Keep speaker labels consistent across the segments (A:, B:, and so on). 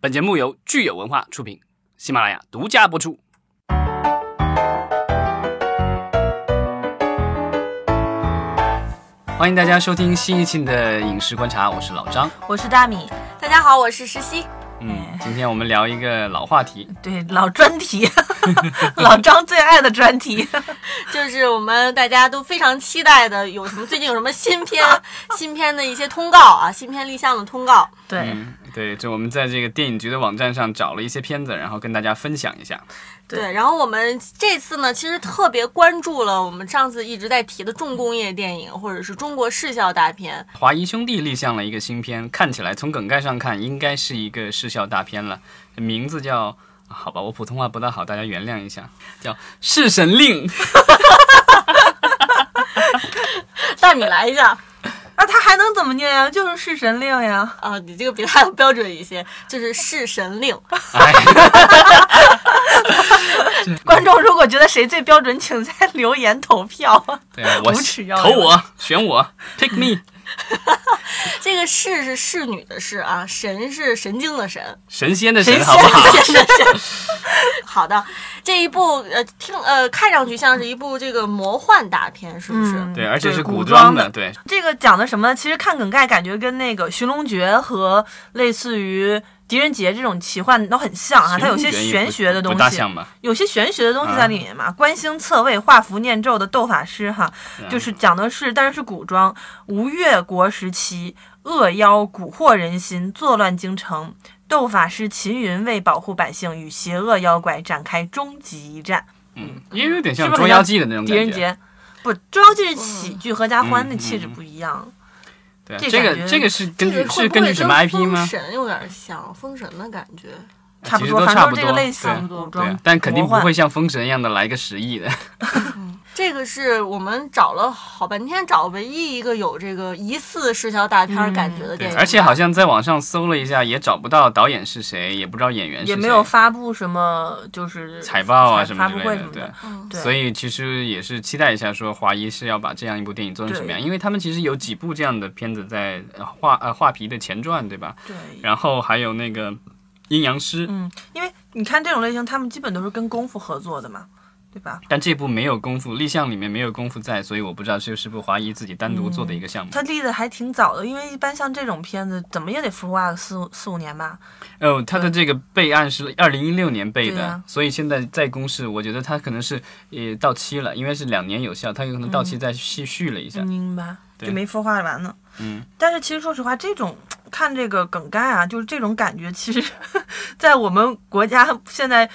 A: 本节目由聚友文化出品，喜马拉雅独家播出。欢迎大家收听新一期的《影视观察》，我是老张。
B: 我是大米，
C: 大家好，我是石溪。
A: 嗯，今天我们聊一个老话题，
B: 对老 专题，老张最爱的专题，
C: 就是我们大家都非常期待的，有什么 最近有什么新片、新片的一些通告啊，新片立项的通告。
B: 对
A: 嗯，对，就我们在这个电影局的网站上找了一些片子，然后跟大家分享一下。
B: 对
C: 对，然后我们这次呢，其实特别关注了我们上次一直在提的重工业电影，或者是中国视效大片。
A: 华谊兄弟立项了一个新片，看起来从梗概上看应该是一个视效大片了，名字叫……好吧，我普通话不大好，大家原谅一下，叫《弑神令》。
C: 大米来一下
B: 那啊他还能怎么念呀？就是弑神令呀，
C: 啊，你这个比他要标准一些，就是《弑神令》。
A: 哎，
B: 观众如果觉得谁最标准，请在留言投票。
A: 对啊，我
B: 无耻要
A: 投
B: 人
A: 我，选我，pick me。
C: 这个“弑”是侍女的“侍”啊，“神”是神经的“神
A: 神仙的
B: 神
A: 神，
B: 仙
A: 好不好？”。
C: 好的，这一部呃，听呃，看上去像是一部这个魔幻大片，是不是？
B: 嗯
A: 对，而 且是
B: 古
A: 古装
B: 的
A: 的，。对，
B: 这个讲的什么呢？其实看梗概感觉跟那个《寻龙诀》和类似于《狄仁杰》这种奇幻都很像啊，它有些
A: 玄学
B: 玄学的东
A: 不大
B: 西，啊
A: 像吧？
B: 有些玄学的东西在里面嘛，观星测位、画符念咒的斗法师哈，就是讲的是，但是是古装，吴越国时期，恶妖蛊惑人心，作乱京城。斗法师秦云为保护百姓，与邪恶妖怪展开终极一战。
A: 嗯，也有点
B: 是
A: 像《
B: 不是很
A: 捉
B: 像
A: 妖记》的那种
B: 狄仁
A: 感觉。
B: 杰，不，《捉妖记》是喜剧，合家欢的气质不一样。
A: 对啊，
B: 这
A: 这
B: 感
A: 个
B: 觉
A: 这个是根
C: 这
A: 据
C: 个
A: 是
C: 会不
A: 根据
C: 会跟
A: 什么 IP
C: 封
A: 吗？
C: 神有点像，封神的感觉。
B: 差不
A: 其实
B: 多，
A: 都
B: 反
A: 差
B: 正
A: 不
B: 都是这
A: 多
B: 个类似
A: 对
B: 的
C: 啊
B: 古
A: 对
B: 装
A: 啊，，但肯定
B: 魔
A: 不
B: 幻
A: 会像封神一样的来个十亿的。
C: 这个是我们找了好半天，找唯一一个有这个疑似视效大片儿感觉的
A: 嗯对
C: 电，影，
A: 而且好像在网上搜了一下，也找不到导演是谁，也不知道演员是谁，
B: 也没有发布什么，就是
A: 海报啊什么
B: 发
A: 之
B: 布
A: 类
B: 会
A: 的
B: 什么
A: 对
B: 的。
C: 嗯
B: 对
A: 所以其实也是期待一下，说华谊是要把这样一部电影做成什么样，因为他们其实有几部这样的片子在呃画呃画皮的前传，对吧？
B: 对，
A: 然后还有那个阴阳师，
B: 嗯，因为你看这种类型，他们基本都是跟功夫合作的嘛，对吧？
A: 但这部没有功夫，立项里面没有功夫在，所以我不知道这是不是华谊自己单独做的一个项目。
B: 他立的还挺早的，因为一般像这种片子，怎么也得孵化个四五四五年吧。
A: 哦，他的这个备案是二零一六年备
B: 对
A: 的，
B: 啊
A: 所以现在在公示，我觉得他可能是也到期了，因为是两年有效，他有可能到
B: 嗯
A: 期再续续了一下。
B: 明白？
A: 对
B: 就没孵化完呢。
A: 嗯，
B: 但是其实说实话，这种看这个梗概啊，就是这种感觉，其实， 在我们国家现在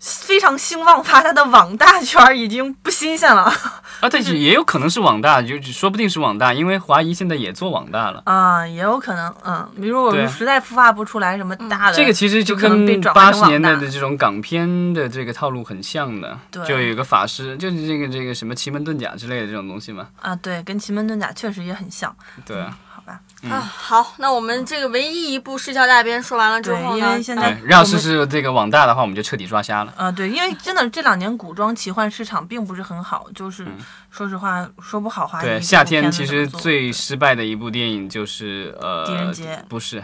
B: 非常兴旺发达的网大圈儿已经不新鲜了
A: 啊，对，也有可能是网大，就就说不定是网大，因为华谊现在也做网大了。
B: 啊，也有可能，嗯，比如我
A: 对
B: 们
A: 啊
B: 实在孵化不出来什么大的，
A: 这个其实
B: 就可能被
A: 跟
B: 转
A: 八
B: 化
A: 十
B: 成
A: 年
B: 网
A: 代
B: 大
A: 的这种港片的这个套路很像的，
B: 对
A: 就有一个法师，就是这个这个什么奇门遁甲之类的这种东西嘛，
B: 啊，对，跟奇门遁甲确实也很像，
A: 对啊，
B: 好吧？
C: 啊，好，那我们这个唯一一部视效大片说完了之
B: 对
C: 后，
B: 因为
C: 呢，
B: 现
C: 呃
B: 在
A: 对，哎要
B: 我
A: 是
B: 们
A: 是这个网大的话，我们就彻底抓瞎了。
B: 呃，对，因为真的这两年古装奇幻市场并不是很好，就是、说实话说不好话。
A: 嗯对，夏天其实最失败的一部电影就是呃，
B: 狄仁杰哦
A: 不是。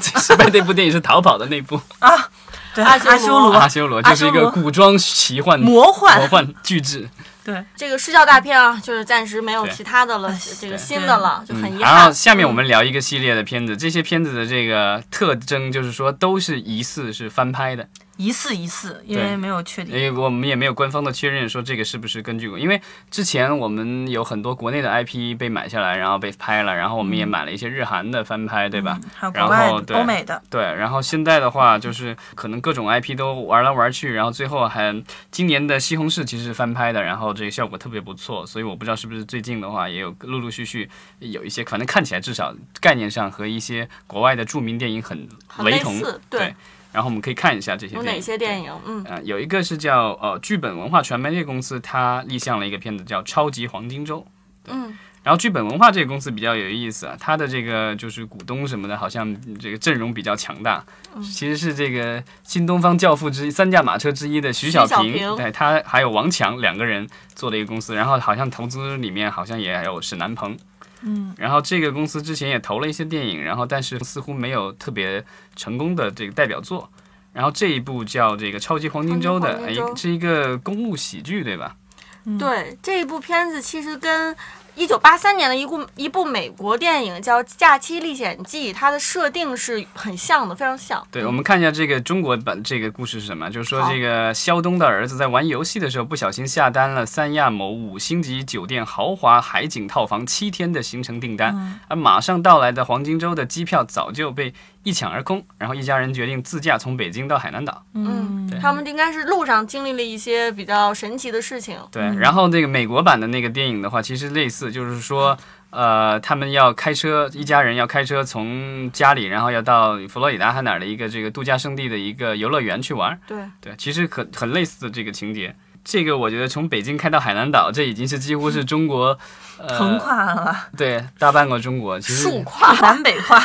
A: 最失败的一部电影是逃跑的那 部《
B: 啊对
C: 阿
B: 阿
C: 修罗
B: 修罗
A: 阿修罗》，就是一
B: 阿修
A: 个
B: 罗
A: 古装奇幻
B: 魔幻
A: 魔幻巨制。
B: 对
C: 这个视效大片啊，就是暂时没有
A: 对
C: 其他的
B: 哎
C: 了，这个新的了，就很遗
A: 嗯然后
C: 憾。
B: 嗯
A: 下面我们聊一个系列的片子，这些片子的这个特征就是说都是疑似是翻拍的，
B: 疑似疑似，因
A: 对哎
B: 为没有确
A: 因
B: 定。
A: 为我们也没有官方的确认说这个是不是根据，因为之前我们有很多国内的 IP 被买下来，然后被拍了，然后我们也买了一些日韩的翻拍，对
C: 嗯
A: 吧？
B: 嗯还有
A: 然
B: 国外
A: 后
B: 的、
A: 对
B: 欧美的，
A: 对，然后现在的话就是可能各种 IP 都玩来玩去，然后最后还今年的西红柿其实是翻拍的，然后这个效果特别不错，所以我不知道是不是最近的话也有陆陆续续有一些，反正看起来至少概念上和一些国外的著名电影很
C: 很
A: 雷
C: 类
A: 同
C: 似，
A: 对
C: 对
A: 然后我们可以看一下这些
C: 有哪些
A: 影
C: 电影？嗯，
A: 对？呃，有一个是叫呃剧本文化传媒这个公司，它立项了一个片子叫《超级黄金周》。
C: 嗯，
A: 然后剧本文化这个公司比较有意思啊，它的这个就是股东什么的，好像这个阵容比较强大，
C: 嗯
A: 其实是这个新东方教父之一三驾马车之一的徐小
C: 小
A: 平，
C: 平
A: 对他还有王强两个人做的一个公司，然后好像投资里面好像也有沈南鹏，
B: 嗯，
A: 然后这个公司之前也投了一些电影，然后但是似乎没有特别成功的这个代表作。然后这一部叫这个《超级黄金周》的，
C: 超级黄
A: 哎
C: 金周，
A: 是一个公务喜剧，对吧？
B: 嗯
C: 对这一部片子，其实跟一九八三年的一部一部美国电影叫《假期历险记》，它的设定是很像的，非常像。
A: 对，我们看一下这个中国版这个故事是什么？就是说，这个肖东的儿子在玩游戏的时候不小心下单了三亚某五星级酒店豪华海景套房七天的行程订单，
C: 嗯
A: 而马上到来的黄金周的机票早就被一抢而空，然后一家人决定自驾从北京到海南岛。
C: 嗯，他们应该是路上经历了一些比较神奇的事情。
A: 对，然后那个美国版的那个电影的话，其实类似，就是说，呃，他们要开车，一家人要开车从家里，然后要到佛罗里达还哪儿的一个这个度假胜地的一个游乐园去玩儿。
C: 对，
A: 对，其实很很类似的这个情节。这个我觉得从北京开到海南岛，这已经是几乎是中国，呃，
B: 横跨了，
A: 对大半个中国。其实
C: 竖跨。
B: 南北 跨，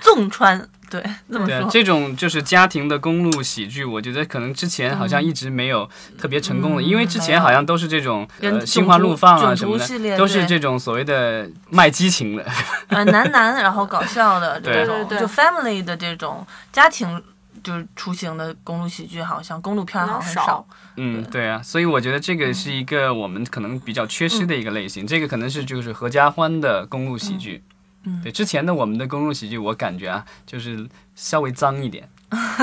B: 纵穿，对，啊这么
A: 对
B: 说，
A: 这种就是家庭的公路喜剧，我觉得可能之前好像一直没有特别成功的，
B: 嗯
A: 因为之前好像都是这种
B: 没有
A: 呃
B: 跟
A: 心花怒放啊
B: 囧
A: 什
B: 途
A: 么
B: 系列
A: 的，都是
B: 对
A: 这种所谓的卖激情的。
B: 呃，男男，然后搞笑的这
A: 对
B: 种，
C: 对对对
B: 就 family 的这种家庭就是出行的公路喜剧，好像公路片儿好像很
C: 比较少
B: 少。
A: 嗯，对啊，所以我觉得这
B: 嗯
A: 个是一个我们可能比较缺失的一个类型，这个可能是就是合家欢的公路喜剧。
B: 嗯嗯
A: 对，之前的我们的公路喜剧，我感觉啊，就是稍微脏一点。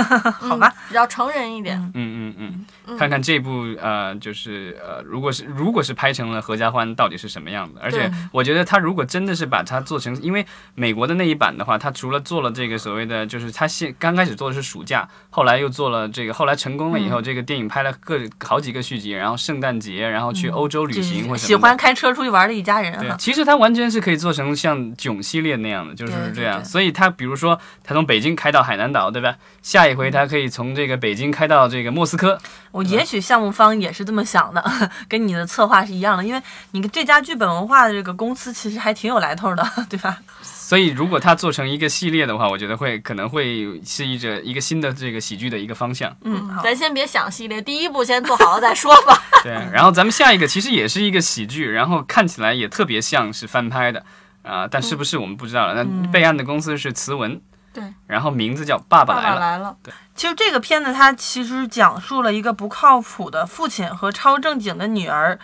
B: 好吧
C: 嗯，比较成人一点。
A: 嗯嗯嗯，看看这部呃，就是呃，如果是如果是拍成了合家欢，到底是什么样的？而且我觉得他如果真的是把它做成，因为美国的那一版的话，他除了做了这个所谓的，就是他先刚开始做的是暑假，后来又做了这个，后来成功了以
B: 嗯
A: 后，这个电影拍了各好几个续集，然后圣诞节，然后去欧洲旅
B: 就
A: 行或什
B: 是
A: 么的
B: 嗯喜欢开车出去玩的一家人
A: 对
B: 哈，。
A: 其实它完全是可以做成像囧系列那样的，就是
B: 对对
A: 这样。
B: 对
A: 所以它比如说，它从北京开到海南岛，对吧？下一回它可以从这个北京开到这个莫斯科。
B: 我也许项目方也是这么想的， 跟你的策划是一样的，因为你这家剧本文化的这个公司其实还挺有来头的， 对吧？
A: 所以如果它做成一个系列的话，我觉得会可能会是一个一个新的这个喜剧的一个方向。
B: 嗯，好，
C: 咱先别想系列，第一部先做好了再说吧。
A: 对，然后咱们下一个其实也是一个喜剧，然后看起来也特别像是翻拍的啊、但是不是我们不知道了。那、备案的公司是词文，
C: 对，
A: 然后名字叫《爸爸
C: 爸
A: 来了
C: 爸》。来了，
B: 其实这个片子它其实讲述了一个不靠谱的父亲和超正经的女儿，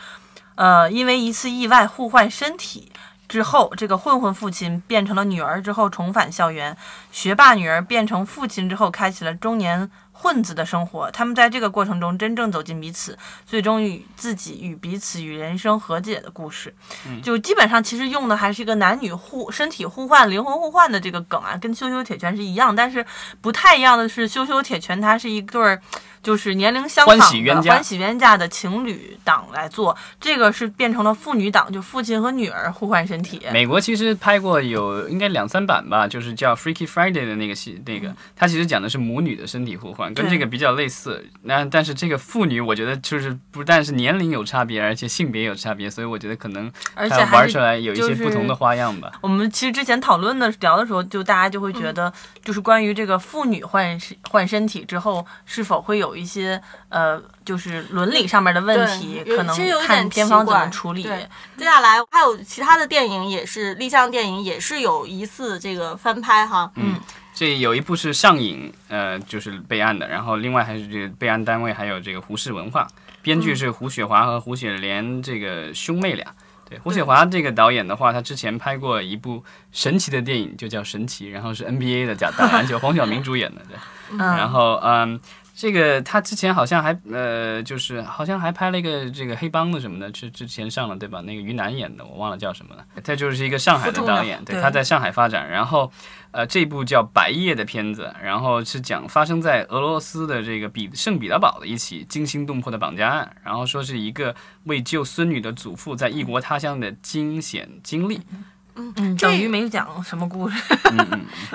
B: 呃，因为一次意外互换身体之后，这个混混父亲变成了女儿之后重返校园，学霸女儿变成父亲之后开启了中年混子的生活。他们在这个过程中真正走进彼此，最终与自己与彼此与人生和解的故事。
A: 嗯
B: 就基本上其实用的还是一个男女互身体互换、灵魂互换的这个梗啊，跟羞羞铁拳是一样，但是不太一样的是，羞羞铁拳它是一对儿就是年龄相仿的
A: 欢喜冤家
B: 欢喜冤家的情侣档来做，这个是变成了父女档，就父亲和女儿互换身体。
A: 美国其实拍过有应该两三版吧，就是叫《Freaky Friday》的那个戏，那个它其实讲的是母女的身体互换，跟
B: 嗯
A: 这
B: 对
A: 个比较类似。那但是这个妇女，我觉得就是不但是年龄有差别，而且性别有差别，所以我觉得可能
B: 而且
A: 它
B: 还
A: 玩
B: 是
A: 出来有一些
B: 就是
A: 不同的花样吧。
B: 我们其实之前讨论的聊的时候，就大家就会
C: 嗯
B: 觉得，就是关于这个妇女换身换身体之后，是否会有一些呃，就是伦理上面的问题，
C: 对有
B: 可能
C: 其实有点
B: 看片方怎
C: 奇
B: 么
C: 怪
B: 处理。
C: 对 接下来还有其他的电影也是立项电影，也是有疑似这个翻拍哈。嗯，
A: 这有一部是上影，呃，就是备案的，然后另外还是这个备案单位还有这个胡氏文化，编剧是胡雪华和胡雪莲这个兄妹俩。对，胡雪华这个导演的话，他之前拍过一部神奇的电影，就叫《神奇》，然后是 NBA 的假打篮球，黄晓明主演的。对，然
B: 嗯，
A: 后嗯，这个他之前好像还呃，就是好像还拍了一个这个黑帮的什么的，之之前上了对吧？那个于南演的，我忘了叫什么了。他就是一个上海的导演，对，
B: 对
A: 他在上海发展。然后呃，这部叫《白夜》的片子，然后是讲发生在俄罗斯的这个比圣彼得堡的一起惊心动魄的绑架案，然后说是一个为救孙女的祖父在异国他乡的惊险经历。
B: 嗯，
C: 这
B: 等于没讲什么故事。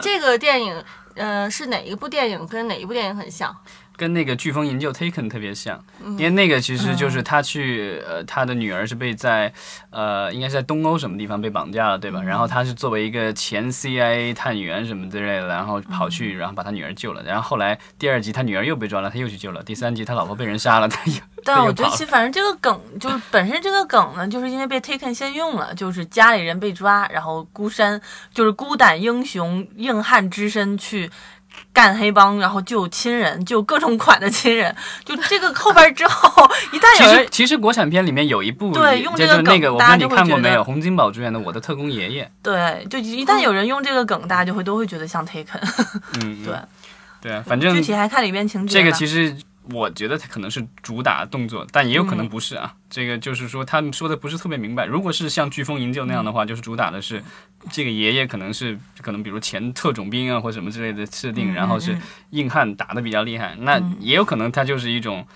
C: 这个电影呃是哪一部电影跟哪一部电影很像？
A: 跟那个《飓风营救》Taken 特别像，
B: 嗯
A: 因为那个其实就是他去，呃，他的女儿是被在，呃，应该是在东欧什么地方被绑架了，对
B: 嗯
A: 吧？然后他是作为一个前 CIA 探员什么之类的，然
B: 嗯
A: 后跑去，然后把他女儿救了。然后后来第二集他女儿又被抓了，他又去救了。第三集他老婆被人杀了，他又
B: 但
A: 他
B: 我
A: 又
B: 觉得
A: 跑
B: 其
A: 了
B: 实反正这个梗就是本身这个梗呢，就是因为被 Taken 先用了，就是家里人被抓，然后孤山就是孤胆英雄硬汉之身去。干黑帮，然后救亲人，救各种款的亲人，就这个后边之后， 一旦
A: 其
B: 有人
A: 实其实国产片里面有一部
B: 对
A: 也
B: 用
A: 就
B: 这个
A: 就那
B: 梗
A: 个，我不知
B: 大家
A: 道你
B: 就会
A: 看过
B: 觉
A: 没
B: 得
A: 有？洪金宝主演的《我的特工爷爷》，
B: 对，就一旦有人用这个梗，大家就会都会觉得像 Taken。
A: 嗯，嗯
B: 对
A: 对啊，反正
B: 具体还看里边情节
A: 这
B: 吧。
A: 个其实我觉得它可能是主打动作，但也有可能不是啊。这个就是说他们说的不是特别明白。如果是像《飓风营救》那样的话，就是主打的是这个爷爷可能是可能比如前特种兵啊或什么之类的设定，然后是硬汉打的比较厉害，那也有可能他就是一种。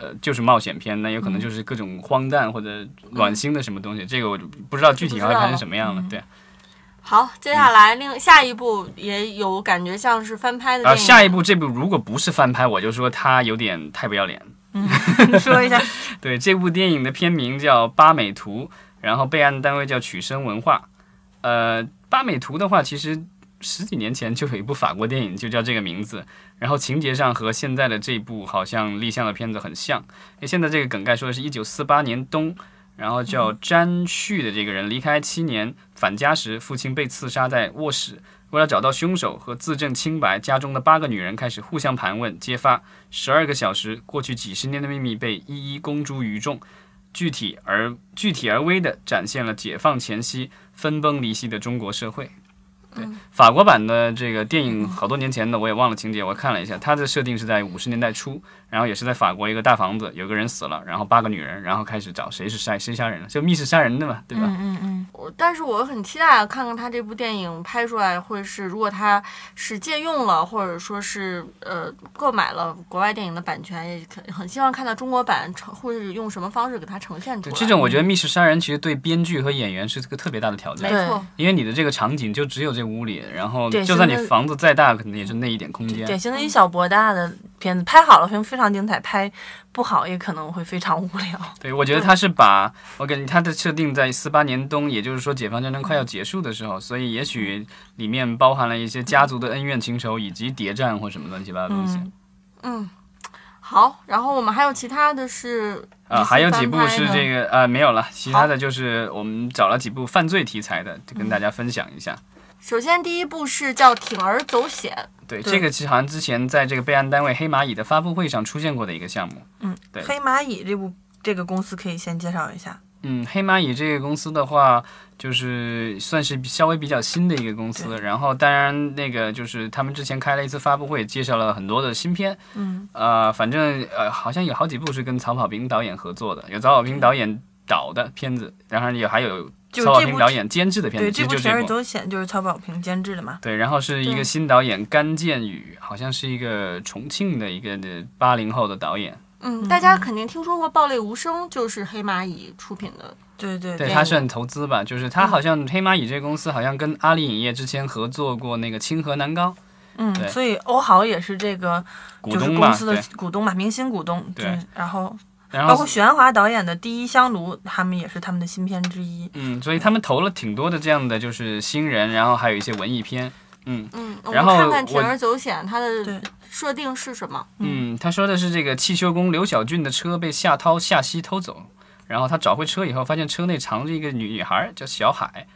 A: 呃，就是冒险片，那有可能就是各种荒诞或者暖心的什么东西，这个我就不知道具体还会拍成什么样了。对，啊
C: 好，接下来另下一部也有感觉像是翻拍的
A: 然后
C: 电影。
A: 啊下一部这部如果不是翻拍，我就说他有点太不要脸了。
B: 说一 下，
A: 对，这部电影的片名叫《八美图》，然后备案单位叫曲生文化。呃，八美图的话，其实十几年前就有一部法国电影就叫这个名字，然后情节上和现在的这部好像立项的片子很像。因为现在这个梗概说的是一九四八年冬，然后叫詹旭的这个人离开七年返家时，父亲被刺杀在卧室。为了找到凶手和自证清白，家中的八个女人开始互相盘问、揭发。十二个小时，过去几十年的秘密被一一公诸于众，具体而具体而微地展现了解放前夕分崩离析的中国社会。对，法国版的这个电影好多年前的，我也忘了情节，我看了一下，它的设定是在五十年代初，然后也是在法国一个大房子，有个人死了，然后八个女人，然后开始找谁是杀谁杀人了，就密室杀人的嘛，对吧？
B: 嗯嗯
C: 我但是我很期待看看他这部电影拍出来会是，如果他是借用了，或者说是呃购买了国外电影的版权，也可很希望看到中国版呈会是用什么方式给它呈现出
A: 对，
C: 来。
A: 这种我觉得密室杀人其实对编剧和演员是个特别大的挑战
C: 没。错，
A: 因为你的这个场景就只有这屋里，然后
B: 对
A: 就算你
B: 现在
A: 房子再大，可能也就那一点空
B: 嗯，
A: 间。
B: 典型的以小博大的片子，拍好了非非常精彩，拍不好也可能会非常无聊。
A: 对，我觉得
B: 嗯
A: 他是把，我感觉他的设定在四八年冬，也就是说解放战争快要结束的时候，所以也许里面包含了一些家族的恩怨情仇，以及谍战或什么乱七八糟的东西。
B: 嗯
C: 嗯，好。然后我们还有其他的是
A: 啊，还有几部是这
C: 个
A: 个啊、没有了，其他的就是我们找呃了几部犯罪题材的，就跟大家分享一下。
C: 首先第一部是叫《铤而走险》，
A: 对，
B: 对
A: 这个其实好像之前在这个备案单位黑蚂蚁的发布会上出现过的一个项目。对
B: 黑蚂蚁这部这个公司可以先介绍一下，
A: 嗯，黑蚂蚁这个公司的话，就是算是比稍微比较新的一个公司。
B: 对
A: 然后，当然那个就是他们之前开了一次发布会，介绍了很多的新片。
B: 嗯，
A: 呃，反正呃，好像有好几部是跟曹保平导演合作的，有曹保平导演导的片子，当然也还有
B: 就
A: 曹保
B: 这
A: 平
B: 部
A: 导演监制的片
B: 对，
A: 子，其
B: 这
A: 实
B: 部
A: 就
B: 《铤而
A: 这部。
B: 走险》就是曹保平监制的嘛，
A: 对，然后是一个
C: 对
A: 新导演甘建宇，好像是一个重庆的一个八零后的导演。
C: 嗯，大家肯定听说过《暴裂无声》，就是黑蚂蚁出品的。
B: 对对
A: 对，
B: 对
A: 它算投资吧，就是它好像黑蚂蚁这个公司好像跟阿里影业之前合作过那个《清河南高》
B: 嗯
A: 对，
B: 所以欧豪也是这个
A: 股
B: 就是
A: 东吧
B: 公，司的
A: 对，
B: 股东嘛，明星股东，
A: 对
B: 就是然后
A: 然
B: 包括
A: 后
B: 许鞍华导演的《第一香炉》，他们也是他们的新片之一。
A: 嗯，所以他们投了挺多的这样的就是新人，然后还有一些文艺片，嗯
C: 嗯，我
A: 然
C: 们
A: 后
C: 看看《
A: 我
C: 铤而走险》它
B: 对
C: 的设定是什么？
A: 嗯，他说的是这个汽修工刘小俊的车被夏涛、夏曦偷走，然后他找回车以后，发现车内藏着一个女女孩儿叫小海，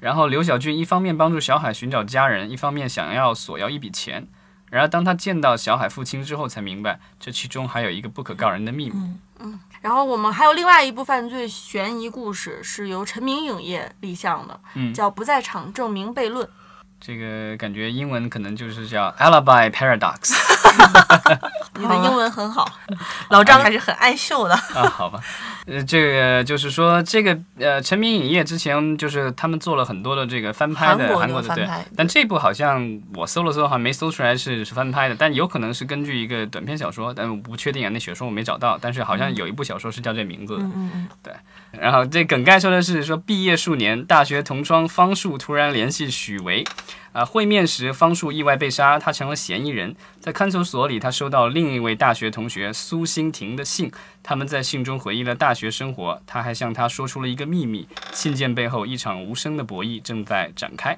A: 然后刘小俊一方面帮助小海寻找家人，一方面想要索要一笔钱。然而，当他见到小海父亲之后，才明白这其中还有一个不可告人的秘密。
C: 然后我们还有另外一部犯罪悬疑故事，是由陈明影业立项的，
A: 嗯
C: 叫《不在场证明悖论》。
A: 这个感觉英文可能就是叫 alibi paradox。
C: 你的英文很好，
A: 哦
B: 老张还是很爱秀 的。
A: 啊，好吧，呃，这个就是说，这个呃，成名影业之前就是他们做了很多的这个翻拍
B: 韩
A: 的
B: 国
A: 韩国的
B: 的翻
A: 对，
B: 拍，
A: 但这部好像我搜了搜，好像没搜出来是是翻拍的，但有可能是根据一个短篇小说，但我不确定啊，那小说我没找到，但是好像有一部小说是叫这名字的。
B: 嗯嗯嗯，
A: 然后这梗概说的是说，毕业数年，大学同窗方树突然联系许维，啊、会面时方树意外被杀，他成了嫌疑人。在看守所里，他收到另一位大学同学苏欣婷的信，他们在信中回忆了大学生活，他还向她说出了一个秘密。信件背后，一场无声的博弈正在展开。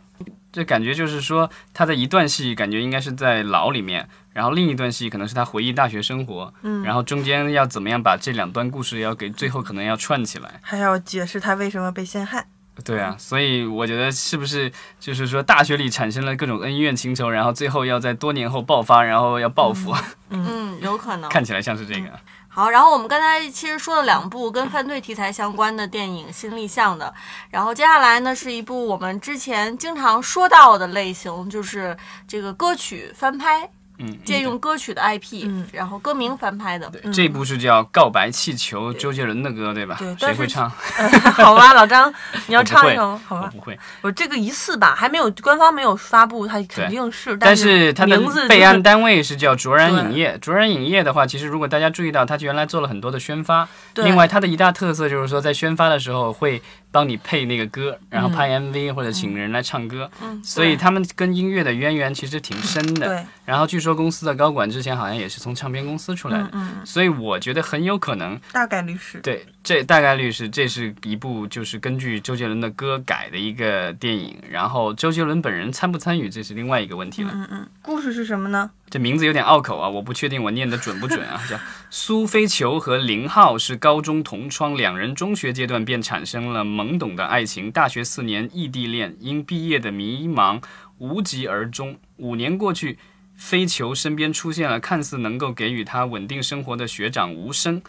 A: 这感觉就是说，他的一段戏感觉应该是在牢里面，然后另一段戏可能是他回忆大学生活，嗯，然后中间要怎么样把这两段故事要给最后可能要串起来。
B: 还要解释他为什么被陷害。
A: 对啊，所以我觉得是不是就是说，大学里产生了各种恩怨情仇，然后最后要在多年后爆发，然后要报复，
C: 嗯，有可 能。
A: 看起来像是这个。
C: 好，然后我们刚才其实说了两部跟犯罪题材相关的电影《新立项》的，然后接下来呢是一部我们之前经常说到的类型，就是这个歌曲翻拍，
A: 嗯，
C: 借用歌曲的 IP，、
B: 嗯
C: 然后歌名翻拍的。
A: 对这部是叫《告白气球》，周杰伦的歌对吧？
B: 对
A: 谁
B: 但是
A: 会唱？
B: 好吧，老 张，你要
A: 我不
B: 唱
A: 会
B: 一首好
A: 我
B: 吧？
A: 不会。
B: 我这个疑似吧，还没有官方没有发布，它肯定是，
A: 但
B: 是
A: 它的
B: 名字
A: 备
B: 就是
A: 案单位是叫卓然
B: 对
A: 影业。卓然影业的话，其实如果大家注意到，它原来做了很多的宣发。
B: 对
A: 另外，它的一大特色就是说，在宣发的时候会帮你配那个歌，然
B: 嗯
A: 后拍 MV 或者请人来唱歌。
C: 嗯，
A: 所以他们跟音乐的渊源其实挺深的。
B: 对，
A: 然后据说公司的高管之前好像也是从唱片公司出来的，
B: 嗯，
A: 所以我觉得很有可能，
B: 大概率是。
A: 对，这大概率是这是一部就是根据周杰伦的歌改的一个电影。然后周杰伦本人参不参与，这是另外一个问题了。
B: 嗯嗯，故事是什么呢？
A: 这名字有点拗口啊，我不确定我念的准不准啊。叫苏菲球和林浩是高中同窗，两人中学阶段便产生了懵懂的爱情，大学四年异地恋，因毕业的迷茫无疾而终。五年过去，飞球身边出现了看似能够给予他稳定生活的学长无声。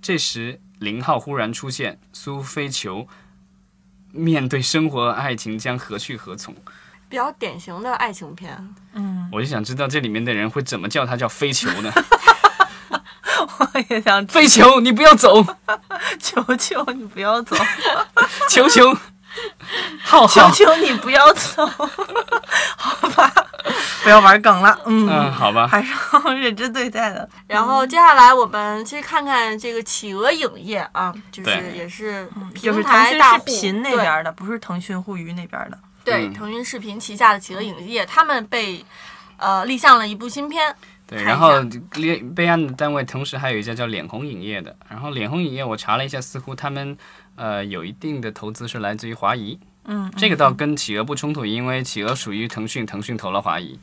A: 这时，林浩忽然出现，苏菲球面对生活和爱情将何去何从？
C: 比较典型的爱情片，
A: 我就想知道这里面的人会怎么叫他叫飞球呢？
B: 我也想
A: 飞球，你不要 走，
B: 求求你不要 走，
A: 球球，浩
B: 求
A: 浩，
B: 求你不要 走，好吧，不要玩梗了，嗯，
A: 嗯，好吧，
B: 还是要认真对待的。
C: 然后接下来我们去看看这个企鹅影业啊，就是
A: 对
C: 也是
B: 嗯就是腾
C: 平台
B: 讯
C: 大
B: 视
C: 户
B: 频那
C: 对
B: 边的，不是腾讯互娱那边的。
C: 对，
A: 嗯
C: 腾讯视频旗下的企鹅影业，他们被呃立项了一部新片，
A: 对，
C: 看一
A: 然后联备案的单位同时还有一家叫脸红影业的，然后脸红影业我查了一下，似乎他们呃有一定的投资是来自于华谊，
B: 嗯，
A: 这个倒跟企鹅不冲突，因为企鹅属于腾讯，腾讯投了华谊，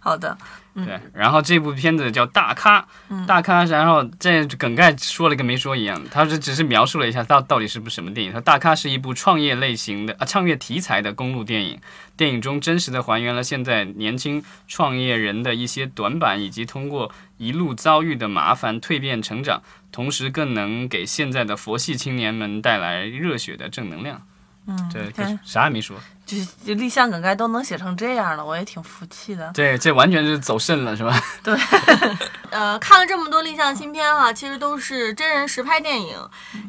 B: 好的，
A: 对，然后这部片子叫大咖，大咖，然后这梗概说了跟没说一样，他是只是描述了一下到到底是部什么电影。他大咖是一部创业类型的啊，创业题材的公路电影，电影中真实的还原了现在年轻创业人的一些短板，以及通过一路遭遇的麻烦蜕变成长，同时更能给现在的佛系青年们带来热血的正能量。
B: 嗯，
A: 这
B: 看
A: 啥也没说，
B: 就是就立项梗概都能写成这样了，我也挺服气的。
A: 这这完全是走肾了是吧？
C: 呃，看了这么多立项新片哈、其实都是真人实拍电影。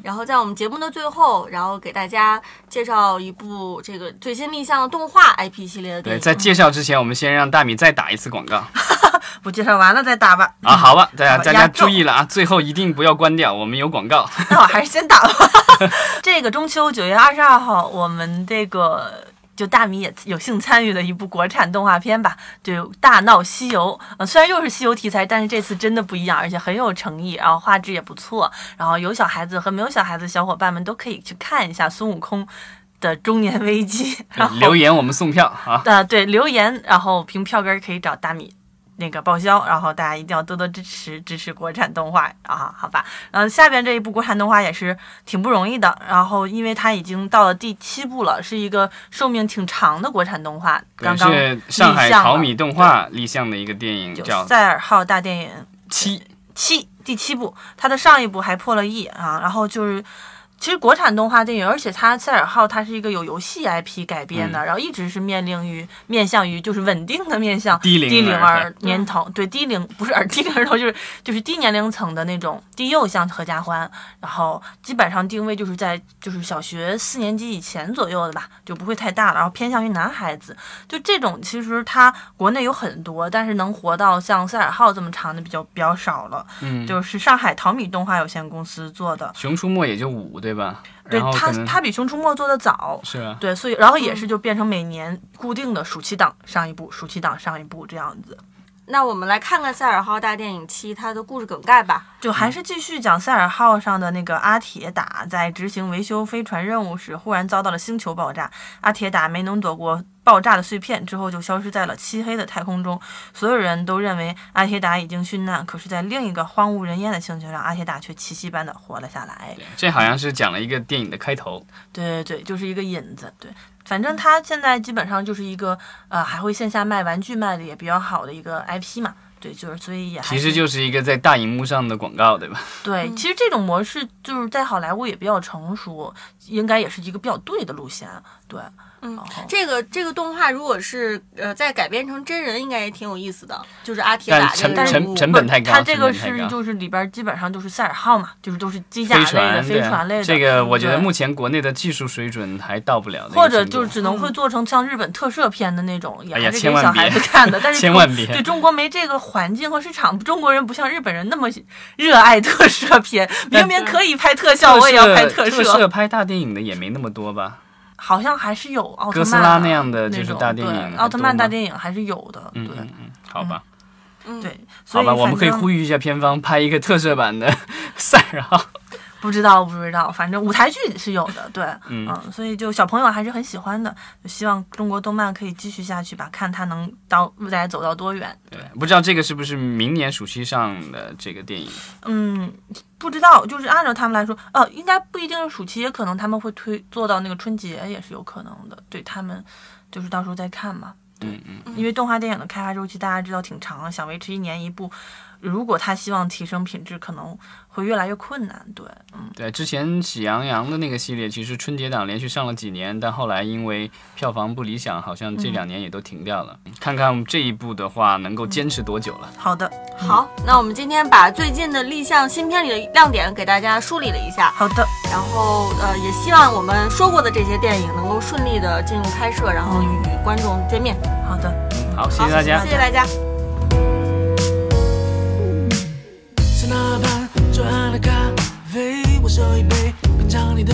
C: 然后在我们节目的最后，然后给大家介绍一部这个最新立项的动画 IP 系列的电
A: 对，
C: 影。
A: 在介绍之前，我们先让大米再打一次广告。
B: 我介绍完了再打吧，
A: 啊，好吧，大家
B: 嗯好
A: 大
B: 压
A: 家
B: 轴
A: 注意了啊，最后一定不要关掉，我们有广告。
B: 那我还是先打吧。这个中秋九月二十二号，我们这个。就大米也有幸参与的一部国产动画片吧，就《大闹西游》呃，虽然又是西游题材，但是这次真的不一样，而且很有诚意，然后画质也不错，然后有小孩子和没有小孩子的小伙伴们都可以去看一下孙悟空的中年危机。 然后
A: 留言我们送票啊，
B: 呃，对，留言，然后凭票根儿可以找大米那个报销，然后大家一定要多多支持支持国产动画啊，好吧？然后下边这一部国产动画也是挺不容易的，然后因为它已经到了第七部了，是一个寿命挺长的国产动画，刚刚
A: 是上海
B: 立项了
A: 淘米动画立项的一个电影，
B: 有
A: 叫《
B: 赛尔号大电影
A: 七》。
B: 七第七部，它的上一部还破了亿啊，然后就是。其实国产动画电影，而且它《赛尔号》它是一个有游戏 IP 改编的，
A: 嗯
B: 然后一直是面临于面向于就是稳定的面向
A: 低龄
B: 低龄
A: 儿嗯
B: 儿年头，对低龄不是儿 低龄儿童，就是就是低年龄层的那种低幼向合家欢，然后基本上定位就是在就是小学四年级以前左右的吧，就不会太大了，然后偏向于男孩子，就这种其实它国内有很多，但是能活到像《赛尔号》这么长的比较比较少了，
A: 嗯，
B: 就是上海淘米动画有限公司做的，
A: 熊出没也就五对吧？
B: 对
A: 然后
B: 它
A: 可能
B: 它比《熊出没》做的早，
A: 是啊，
B: 对，所以然后也是就变成每年固定的暑期档上一部，暑期档上一部这样子，
C: 那我们来看看《塞尔号大电影七》它的故事梗概吧。
B: 就
A: 嗯
B: 还是继续讲塞尔号上的那个阿铁打在执行维修飞船任务时，忽然遭到了星球爆炸，阿铁打没能躲过。爆炸的碎片之后就消失在了漆黑的太空中，所有人都认为阿铁打已经殉难，可是，在另一个荒无人烟的星球上，阿铁打却奇迹般的活了下来。
A: 对这好像是讲了一个电影的开头，
B: 对对对，就是一个引子。对，反正它现在基本上就是一个呃，还会线下卖玩具卖的也比较好的一个 IP 嘛。对，就是所以也还
A: 其实就是一个在大荧幕上的广告，对吧？
B: 对，其实这种模式就是在好莱坞也比较成熟，应该也是一个比较对的路线。对，
C: 嗯
B: 然后
C: 这个这个动画如果是呃再改编成真人，应该也挺有意思的。就是阿铁
A: 但
C: 打这
A: 成
C: 个人
A: 成
C: 物，
A: 成本太高，
B: 它这个
A: 成本太
B: 是
A: 高
B: 就是里边儿基本上就是赛尔号嘛，就是都是机甲
A: 飞
B: 类的、
A: 船
B: 飞
A: 对啊
B: 船类的。嗯
A: 这个我觉得
B: 对
A: 目前国内的技术水准还到不了那个程度，
B: 或者就只能会
C: 嗯
B: 做成像日本特摄片的那种，也
A: 哎呀
B: 还是
A: 千
B: 给
A: 万
B: 小
A: 别
B: 孩子看的。但 是
A: 千万别
B: 对中国没这个环境和市场，中国人不像日本人那么热爱特摄片，明明可以拍特效，
A: 特
B: 我也要拍
A: 特
B: 摄。
A: 摄拍大电影的也没那么多吧？
B: 好像还是有奥特
A: 哥
B: 曼、啊、
A: 斯拉那样的就是
B: 种
A: 大电影
B: 对
A: 还
B: 奥特曼
A: 多吗
B: 大电影还是有的，对
A: 嗯嗯嗯，好吧，
C: 嗯
B: 对。所
A: 好
B: 以
A: 吧，我们
B: 反
A: 可以
B: 正
A: 呼吁一下片方拍一个特摄版的 赛尔号。
B: 不知道不知道，反正舞台剧是有的，对，
A: 嗯
B: 所以就小朋友还是很喜欢的，就希望中国动漫可以继续下去吧，看它能到未来走到多远。
A: 对，不知道这个是不是明年暑期上的这个电影？
B: 嗯，不知道，就是按照他们来说，呃，应该不一定是暑期，也可能他们会推做到那个春节，也是有可能的。对他们，就是到时候再看嘛。
A: 嗯嗯，
B: 因为动画电影的开发周期大家知道挺长，想维持一年一部，如果他希望提升品质，可能会越来越困难。对，嗯，
A: 对，之前喜羊羊的那个系列，其实春节档连续上了几年，但后来因为票房不理想，好像这两年也都停掉了。看看这一部的话，能够坚持多久了？
B: 好的，
C: 好，那我们今天把最近的立项新片里的亮点给大家梳理了一下，
B: 好的，
C: 然后呃也希望我们说过的这些电影能够顺利的进入拍摄，然后与观众见面。
B: 好的。
A: 好，谢
C: 好，
A: 谢大家
C: 谢。谢大家。
D: 老板转了咖啡，我手一杯，品尝你的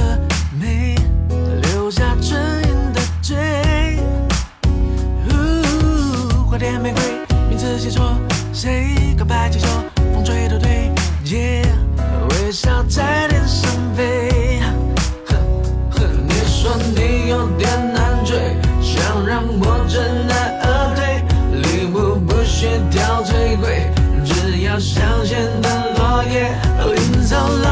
D: 美，留下唇印的嘴。呜，花店玫瑰，名字写错谁？告白气球，风吹都对。耶，微笑在天上飞。哼哼，你说你有点难追，想让我知难而退，礼物不需挑最贵，只要香榭的落叶，临走了